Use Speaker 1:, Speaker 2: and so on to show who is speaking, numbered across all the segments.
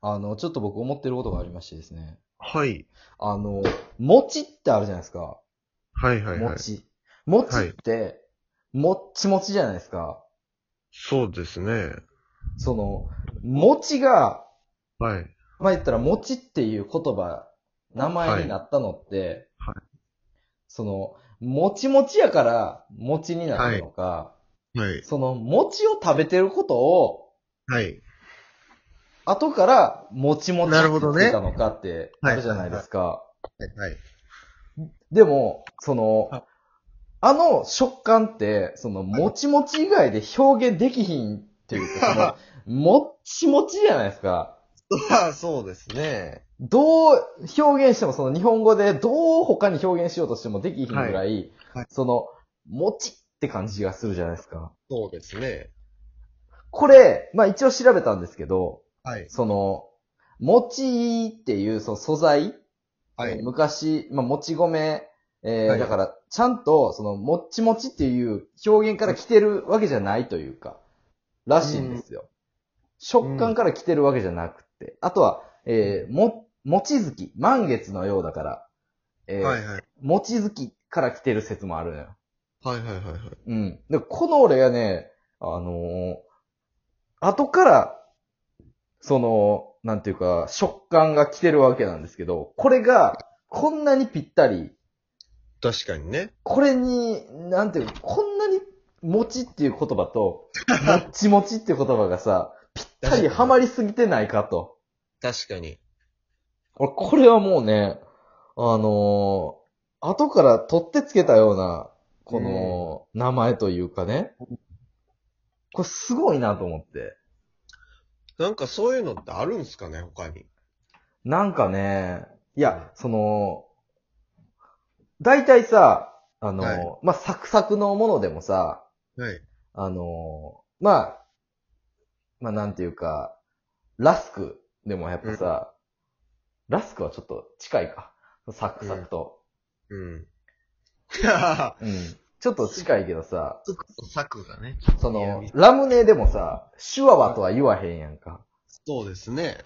Speaker 1: あの、ちょっと僕思ってることがありましてですね。
Speaker 2: はい。
Speaker 1: あの、餅ってあるじゃないですか。
Speaker 2: はいはいはい。
Speaker 1: 餅。餅って、もっちもちじゃないですか。
Speaker 2: そうですね。
Speaker 1: その、餅が、
Speaker 2: はい。
Speaker 1: まあ、言ったら餅っていう言葉、名前になったのって、
Speaker 2: はい
Speaker 1: その、もちもちやから餅になったのか、
Speaker 2: はい。
Speaker 1: その餅を食べてることを、
Speaker 2: はい。
Speaker 1: 後からもちもちっ
Speaker 2: な
Speaker 1: て
Speaker 2: るほ
Speaker 1: 言
Speaker 2: ど
Speaker 1: っ
Speaker 2: ね
Speaker 1: てたのかってあるじゃないですか。
Speaker 2: はい。
Speaker 1: でも、その
Speaker 2: はい、
Speaker 1: あの食感って、その、もちもち以外で表現できひんっていうか、そ の、もっちもちじゃないですか。
Speaker 2: ああ、 そうですね。
Speaker 1: どう表現しても、その日本語でどう他に表現しようとしてもできひんぐらい、
Speaker 2: ははい
Speaker 1: その、もちって感じがするじゃないですか。
Speaker 2: そうですね。
Speaker 1: これ、まあ一応調べたんですけど、
Speaker 2: はい。
Speaker 1: その、もちっていうその素材、
Speaker 2: はい。
Speaker 1: 昔、まあ、もち米、えー
Speaker 2: はい
Speaker 1: だから、ちゃんと、その、もっちもちっていう表現から来てるわけじゃないというか、らしいんですよ。食感から来てるわけじゃなくて。あとは、えーも、もちづき、満月のようだから、えー
Speaker 2: はいはい。
Speaker 1: もちづきから来てる説もあるのよ。
Speaker 2: はいはいはいはい。
Speaker 1: うん。で、この俺がね、あのー後から、その、なんていうか、食感が来てるわけなんですけど、これが、こんなにぴったり、
Speaker 2: 確かにね。
Speaker 1: これに、なんていうか、こんなに、もちっていう言葉と、もっちもちっていう言葉がさ、ぴったりハマりすぎてないかと。
Speaker 2: 確かに。
Speaker 1: 俺、これはもうね、あのー後から取ってつけたような、この、名前というかね。これすごいなと思って。
Speaker 2: なんかそういうのってあるんすかね、他に。
Speaker 1: なんかね、いや、その、大体さ、あのー
Speaker 2: はい
Speaker 1: まあ、サクサクのものでもさ、
Speaker 2: はい。
Speaker 1: あのーまあ、まあなんていうか、ラスクでもやっぱさ、ラスクはちょっと近いか。サクサクと。
Speaker 2: うん。 サ
Speaker 1: うん。ちょっと近いけどさ、
Speaker 2: クがね。
Speaker 1: そ
Speaker 2: いや
Speaker 1: の、ラムネでもさ、シュワワとは言わへんやんか。
Speaker 2: そうですね。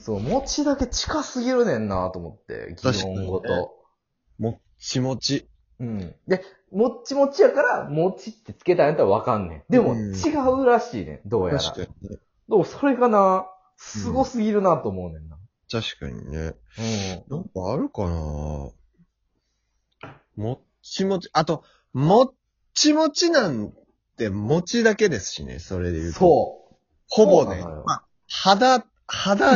Speaker 1: そう、餅だけ近すぎるねんなと思って、
Speaker 2: 確
Speaker 1: 擬
Speaker 2: かにね
Speaker 1: 音語と。
Speaker 2: もっちもち。
Speaker 1: うん。で、もっちもちやから、もちってつけたんやったらわかんねん。でも、
Speaker 2: うん
Speaker 1: 違うらしいねん、どうやら。
Speaker 2: 確かにね。
Speaker 1: でも、それがな、すごすぎるなと思うねんな。
Speaker 2: 確かにね。
Speaker 1: うん。
Speaker 2: なんかあるかなもっちもち。あと、もっちもちなんて、餅だけですしね、それで言うと。
Speaker 1: そ
Speaker 2: ほぼね、
Speaker 1: そうなのよ
Speaker 2: まあ、肌、
Speaker 1: う。
Speaker 2: 肌、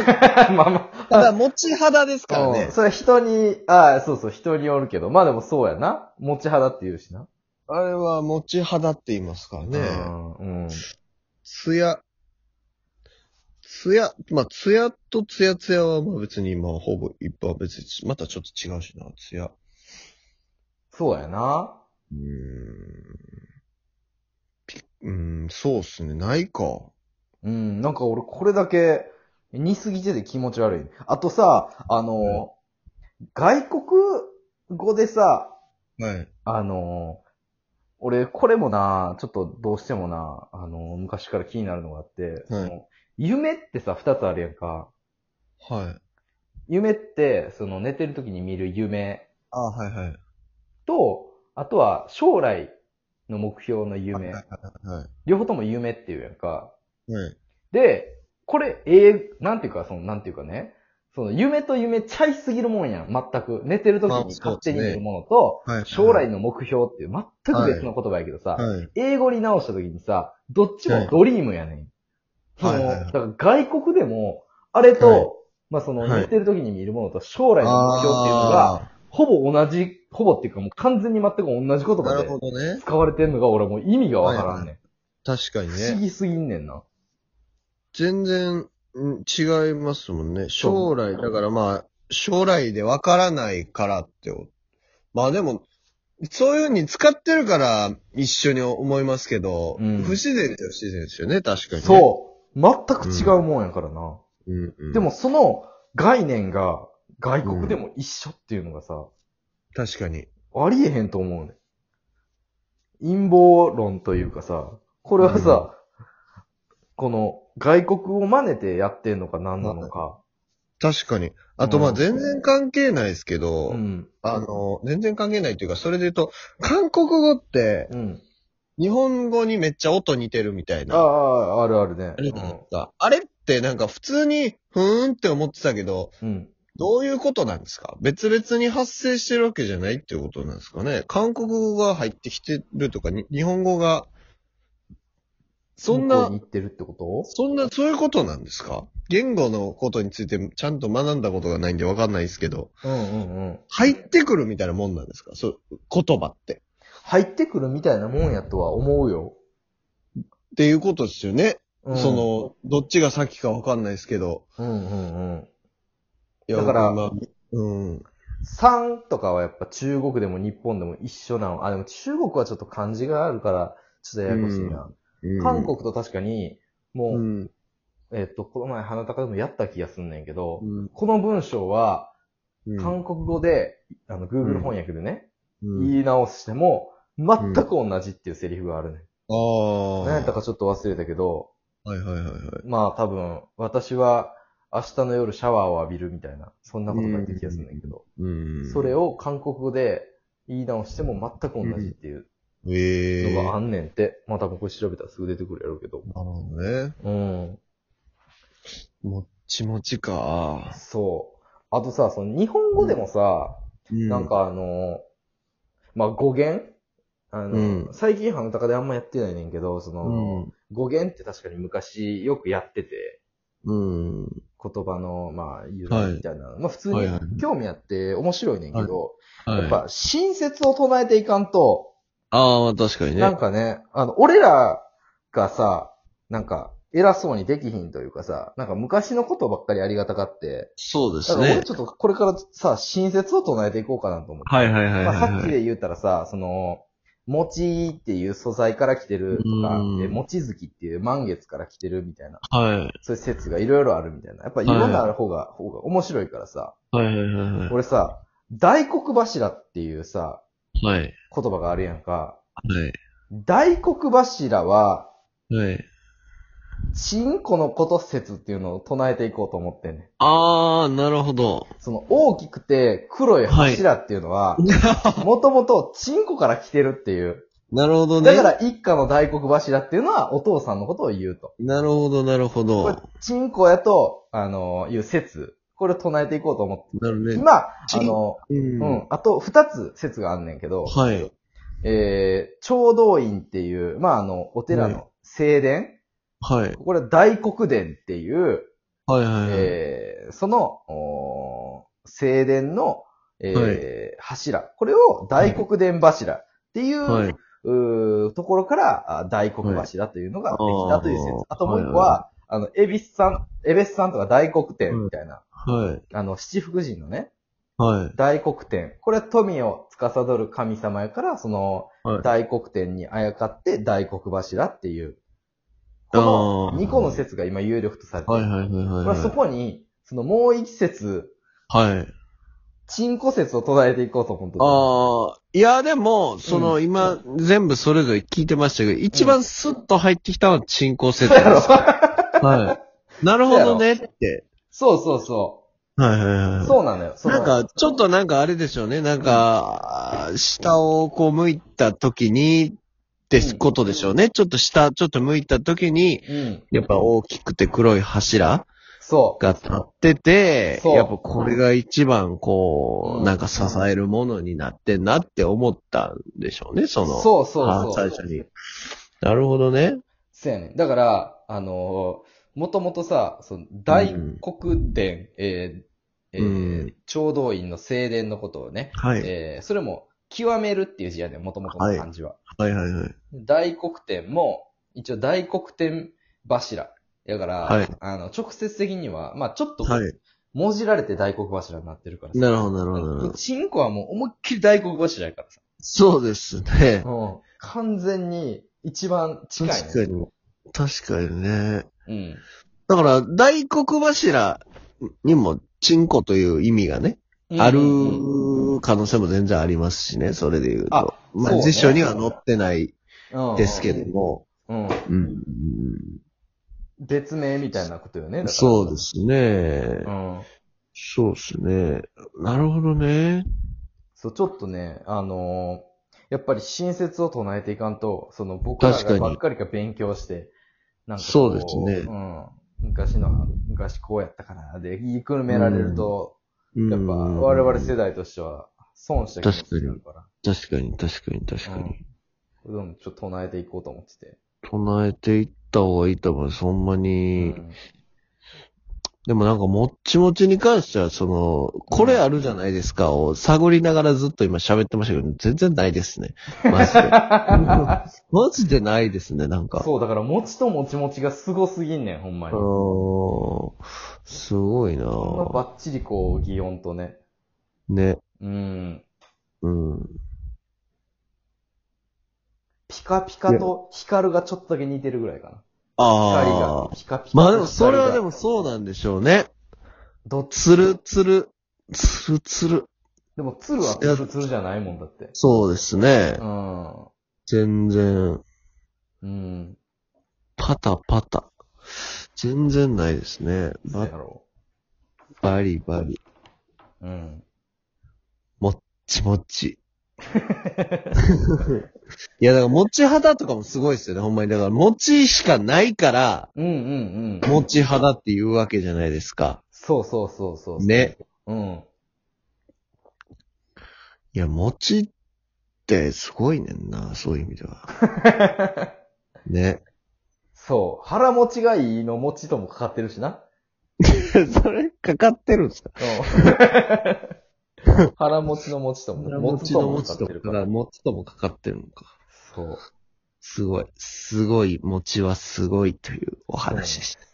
Speaker 1: まあま
Speaker 2: 肌、餅肌ですから
Speaker 1: あ、
Speaker 2: ね
Speaker 1: うん。それ人に、ああ、そうそう、人によるけど。まあでもそうやな。持ち肌って言うしな。
Speaker 2: あれは餅肌って言いますからね。
Speaker 1: うん。うん。
Speaker 2: ツヤ、ツヤ、まあ、ツヤとツヤツヤはまあ別に、まあ、ほぼ一般は別に、またちょっと違うしな、ツヤ。
Speaker 1: そうやな。
Speaker 2: うーん。ピうーん、そうっすね、ないか。
Speaker 1: うん、なんか俺これだけ似すぎてて気持ち悪い。あとさ、あの、外国語でさ、
Speaker 2: はい。
Speaker 1: あの、俺これもな、ちょっとどうしてもな、あの、昔から気になるのがあって、その夢ってさ、二つあるやんか。
Speaker 2: はい。
Speaker 1: 夢って、その寝てる時に見る夢
Speaker 2: あはいはい。
Speaker 1: と、あとは将来の目標の夢。
Speaker 2: は
Speaker 1: 両方とも夢っていうやんか。
Speaker 2: い。はい。
Speaker 1: で、これ、ええなんていうか、その、なんていうかね、その、夢と夢ちゃいすぎるもんやん、全く。寝てる時
Speaker 2: まあ
Speaker 1: に勝手に
Speaker 2: そうで
Speaker 1: 見
Speaker 2: すね
Speaker 1: るものと、
Speaker 2: はい。
Speaker 1: 将来の目標っていう、全く別の言葉やけどさ、
Speaker 2: はい。
Speaker 1: 英語に直した時にさ、どっちもドリームやねん。その
Speaker 2: はいはいはい
Speaker 1: だから外国でも、あれと、
Speaker 2: はい
Speaker 1: まあその、
Speaker 2: はい
Speaker 1: 寝てる時に見るものと将来の目標っていうのが、
Speaker 2: あ
Speaker 1: ほぼ同じ、ほぼっていうかもう完全に全く同じ言
Speaker 2: ーな
Speaker 1: 葉
Speaker 2: るほ
Speaker 1: で
Speaker 2: どね。
Speaker 1: 使われてんのが俺はもう意味がわからんね
Speaker 2: 確か
Speaker 1: ん。
Speaker 2: に
Speaker 1: 不思
Speaker 2: ね。
Speaker 1: 議すぎんねんな。
Speaker 2: 全然ん違いますもんね。将来、だからまあ、将来でわからないからってお。まあでも、そういう風に使ってるから一緒に思いますけど、
Speaker 1: うん
Speaker 2: 不自然っちゃ不自然ですよね、確かに、ね。
Speaker 1: そう。全く違うもんやからな。
Speaker 2: う。うんうん、
Speaker 1: でも、その概念が外国でも一緒っていうのがさ、
Speaker 2: 確かに。
Speaker 1: ありえへんと思うね。陰謀論というかさ、これはさ、この外国を真似てやってんのか何なのか。
Speaker 2: 確かに。あと、ま
Speaker 1: う
Speaker 2: あ、
Speaker 1: ん
Speaker 2: 全然関係ないですけど、
Speaker 1: うん。
Speaker 2: あの、全然関係ないというか、それで言うと、韓国語って、
Speaker 1: うん。
Speaker 2: 日本語にめっちゃ音似てるみたい
Speaker 1: あ
Speaker 2: な。
Speaker 1: あ、あるあるね
Speaker 2: あ。れだったあれってなんか普通に、ふーんって思ってたけど、
Speaker 1: うん。うん
Speaker 2: どういうことなんですか別々に発生してるわけじゃないっていうことなんですかね韓国語が入ってきてるとか、に日本語が、そん
Speaker 1: 向こ
Speaker 2: な
Speaker 1: うに、行ってるってこと
Speaker 2: そんな、そういうことなんですか言語のことについてちゃんと学んだことがないんでわかんないですけど、
Speaker 1: うんうんうん。
Speaker 2: 入ってくるみたいなもんなんですかそう、言葉って。
Speaker 1: 入ってくるみたいなもんやとは思うよ。
Speaker 2: っていうことですよね。
Speaker 1: うん
Speaker 2: そ、の、どっちが先かわかんないですけど。
Speaker 1: うんうんうん。
Speaker 2: いや
Speaker 1: だから
Speaker 2: まあうん。
Speaker 1: 3とかはやっぱ中国でも日本でも一緒なの。あ、でも中国はちょっと漢字があるから、ちょっとややこしいな。
Speaker 2: うん
Speaker 1: 韓国と確かに、もう、
Speaker 2: うん。
Speaker 1: えっと、この前花高でもやった気がすんねんけど、
Speaker 2: うん
Speaker 1: この文章は、
Speaker 2: うん
Speaker 1: 韓国語で、あの、Google 翻訳でね、
Speaker 2: うん。
Speaker 1: 言い直しても、全く同じっていうセリフがあるね。
Speaker 2: ああ。
Speaker 1: ん、何やったかちょっと忘れたけど、
Speaker 2: はいはいはいはい。
Speaker 1: まあ多分、私は明日の夜シャワーを浴びるみたいな、そんなことが言ってる気がするんだけど、
Speaker 2: うん。
Speaker 1: それ。を韓国語で言い直しても全く同じっていう
Speaker 2: ええ
Speaker 1: のがあ
Speaker 2: なる
Speaker 1: んねんって、まあ多分これ調べたらすぐ出てくるやろうけど。
Speaker 2: ほどね。
Speaker 1: うん。
Speaker 2: もっちもちか。
Speaker 1: そう。あとさ、その日本語でもさ、なん、かあの、まあ語源あの、
Speaker 2: うん
Speaker 1: 最近ハムタカであんまやってないねんけど、そうの、
Speaker 2: ん。
Speaker 1: 語源って確かに昔よくやってて、
Speaker 2: うん。
Speaker 1: 言葉の、まあ、由来みたいな。まあ普通
Speaker 2: は
Speaker 1: に
Speaker 2: いはい
Speaker 1: 興味あって面白いねんけど、
Speaker 2: はい。
Speaker 1: やっぱ親切を唱えていかんと、
Speaker 2: ああ、まあ確かにね。
Speaker 1: なんかね、あの、俺らがさ、なんか、偉そうにできひんというかさ、なんか昔のことばっかりありがたがって、
Speaker 2: そうで
Speaker 1: だ
Speaker 2: す
Speaker 1: から俺
Speaker 2: ね。
Speaker 1: ちょっとこれからさ、親切を唱えていこうかなと思って。
Speaker 2: はいはいはい
Speaker 1: ま
Speaker 2: はい
Speaker 1: あ、
Speaker 2: はい。
Speaker 1: さっきで言ったらさ、その、餅っていう素材から来てるとか
Speaker 2: うん、
Speaker 1: で餅月っていう満月から来てるみたいな、
Speaker 2: はい。
Speaker 1: そういう説がいろいろあるみたいな。やっぱいろんな方が、方が面白いからさ、
Speaker 2: はいはいはいはい。
Speaker 1: 俺さ、大黒柱っていうさ、
Speaker 2: はい。
Speaker 1: 言葉があるやんか。
Speaker 2: はい。
Speaker 1: 大黒柱は、
Speaker 2: はい。
Speaker 1: チンコのこと説っていうのを唱えていこうと思ってんねん。
Speaker 2: ああ、なるほど。
Speaker 1: その大きくて黒い柱っていうのは、もともとチンコから来てるっていう。
Speaker 2: なるほどね。
Speaker 1: だから一家の大黒柱っていうのはお父さんのことを言うと。
Speaker 2: なるほど、なるほ
Speaker 1: これ
Speaker 2: ど。、
Speaker 1: チンコやと、あの、いう説。これを唱えていこうと思
Speaker 2: なる
Speaker 1: って。
Speaker 2: ね。
Speaker 1: 今、あ
Speaker 2: チン
Speaker 1: の、
Speaker 2: う
Speaker 1: うんん、あと二つ説があんねんけど、
Speaker 2: はい。
Speaker 1: えー、聴道院っていう、まあ、あの、お寺の正殿、
Speaker 2: はい。
Speaker 1: これは大黒殿っていう、
Speaker 2: はいはいはい。
Speaker 1: えーその、おー正殿の、えー
Speaker 2: は
Speaker 1: 柱。これを大黒殿柱っていう、
Speaker 2: はいう
Speaker 1: ーところから、あ大黒柱というのができたという説。
Speaker 2: はいあー
Speaker 1: あともう一個は、あの、エビスさん、エベスさんとか大黒天みたいな、
Speaker 2: はい。
Speaker 1: あの、七福神のね、
Speaker 2: はい。
Speaker 1: 大黒天。これは富を司る神様やから、その、
Speaker 2: はい
Speaker 1: 大黒天にあやかって大黒柱っていう、こ
Speaker 2: あ
Speaker 1: の
Speaker 2: ー
Speaker 1: 2個の説が今有力とされてる
Speaker 2: はいはいはいはい
Speaker 1: ま
Speaker 2: は
Speaker 1: あ、そ
Speaker 2: い。
Speaker 1: こに、そのもう一節、
Speaker 2: はい。
Speaker 1: チンコ説を唱えていこうと思ってあ。
Speaker 2: ああ、いや、でも、その、
Speaker 1: う
Speaker 2: 今、全部それぞれ聞いてましたけど、一番スッと入ってきたのは進行設
Speaker 1: そうや
Speaker 2: 定
Speaker 1: ろ
Speaker 2: です。はい。なるほどねって。
Speaker 1: そうそうそ。
Speaker 2: はいはいうはい。
Speaker 1: そうなのよ。そう
Speaker 2: なん
Speaker 1: のよ
Speaker 2: か、ちょっとなんかあれでしょうね。なんか、下をこう向いた時に、ですことでしょうね。ちょっと下、ちょっと向いた時に、
Speaker 1: うん。
Speaker 2: やっぱ大きくて黒い柱
Speaker 1: そう。
Speaker 2: が立ってて、
Speaker 1: そう
Speaker 2: やっぱこれが一番こ
Speaker 1: うん
Speaker 2: う、なんか支えるものになってんなって思ったんでしょうね、その。
Speaker 1: そうそ
Speaker 2: あ
Speaker 1: う
Speaker 2: ー
Speaker 1: そ
Speaker 2: 最
Speaker 1: う。
Speaker 2: 初に。なるほどね。
Speaker 1: そうやねん。だから、あのー、もともとさ、その大黒殿、えーえー
Speaker 2: うん
Speaker 1: 聴導院の正殿のことをね、
Speaker 2: はい。
Speaker 1: えーそれも、極めるっていう字やねん、もともとの漢字は。
Speaker 2: はいはいはい。
Speaker 1: 大黒天も、一応大黒天柱。だから、
Speaker 2: はい
Speaker 1: あの、直接的には、まあちょっと、
Speaker 2: はい。
Speaker 1: 文字られて大黒柱になってるからさ。
Speaker 2: なるほどなるほどなるほど。
Speaker 1: チンコはもう思いっきり大黒柱やからさ。
Speaker 2: そうですね。
Speaker 1: うん。完全に一番近い、ね。
Speaker 2: 確かに。確かにね。
Speaker 1: うん。
Speaker 2: だから、大黒柱にも、チンコという意味がね、ある
Speaker 1: うん
Speaker 2: 可能性も全然ありますしね、それで言うと
Speaker 1: あ。
Speaker 2: ま
Speaker 1: そう
Speaker 2: あ、
Speaker 1: ね
Speaker 2: 辞書には載ってない
Speaker 1: うん
Speaker 2: ですけども。
Speaker 1: うん。
Speaker 2: うん。
Speaker 1: 別名みたいなことよね。だから
Speaker 2: そうで。すね
Speaker 1: う。ん。
Speaker 2: そうですね。なるほどね。
Speaker 1: そう、ちょっとね、あのーやっぱり新説を唱えていかんと、その僕ら
Speaker 2: 確か
Speaker 1: が
Speaker 2: に
Speaker 1: ばっかりが勉強して、なんかこ
Speaker 2: そうですね
Speaker 1: うん。昔の、昔こうやったかな。で、言いくるめられると、やっぱ我々世
Speaker 2: 代。
Speaker 1: 代としては損した気がするから。
Speaker 2: 確かに、確かに、確か
Speaker 1: うん
Speaker 2: に。
Speaker 1: うん、ちょっと唱えていこうと思ってて。
Speaker 2: 唱えていった方がいいと思う。そんな
Speaker 1: う
Speaker 2: に。
Speaker 1: ん
Speaker 2: でもなんか、もっちもちに関しては、その、これあるじゃないですかを探りながらずっと今喋ってましたけど、全然ないですね。マジで。 マジでないですね、なんか。
Speaker 1: そう、だから、もちともちもちがすごすぎんねん、ほんまに。こ
Speaker 2: うーんすごいなん
Speaker 1: なばっちりこう、擬音とね。
Speaker 2: ね。
Speaker 1: うん。
Speaker 2: うん。
Speaker 1: ピカピカと光がちょっとだけ似てるぐらいかな。光
Speaker 2: あ
Speaker 1: が
Speaker 2: あ。
Speaker 1: ピカピカと光が。
Speaker 2: まあでも、それはでもそうなんでしょうね。
Speaker 1: どっち
Speaker 2: つるつる。つるつる。
Speaker 1: でも、鶴は鶴鶴じゃないもんだって。
Speaker 2: そうですね
Speaker 1: う。ん。
Speaker 2: 全然、
Speaker 1: うん。
Speaker 2: パタパタ。全然ないですね。
Speaker 1: そう
Speaker 2: ば
Speaker 1: や
Speaker 2: っ
Speaker 1: ろ
Speaker 2: バリバリ。
Speaker 1: う。うん。
Speaker 2: ちもっち。いや、だから、もち肌とかもすごいですよね、ほんまに。だから、もちしかないから、
Speaker 1: うんうんうん。
Speaker 2: もち肌っていうわけじゃないですか。
Speaker 1: そうそうそうそう。。
Speaker 2: ね。
Speaker 1: うん。
Speaker 2: いや、もちってすごいねんな、そういう意味では。ね。
Speaker 1: そう。腹持ちがいいの持ちともかかってるしな。
Speaker 2: それ、かかってるんですか
Speaker 1: うん腹持ちの持ちとも、
Speaker 2: も
Speaker 1: 持
Speaker 2: ち
Speaker 1: ち
Speaker 2: の
Speaker 1: と
Speaker 2: も
Speaker 1: も
Speaker 2: ち
Speaker 1: 使っ
Speaker 2: と
Speaker 1: てるから。
Speaker 2: か、もちともかかってるのか。
Speaker 1: そう。
Speaker 2: すごい。すごい、もちはすごいというお話でした。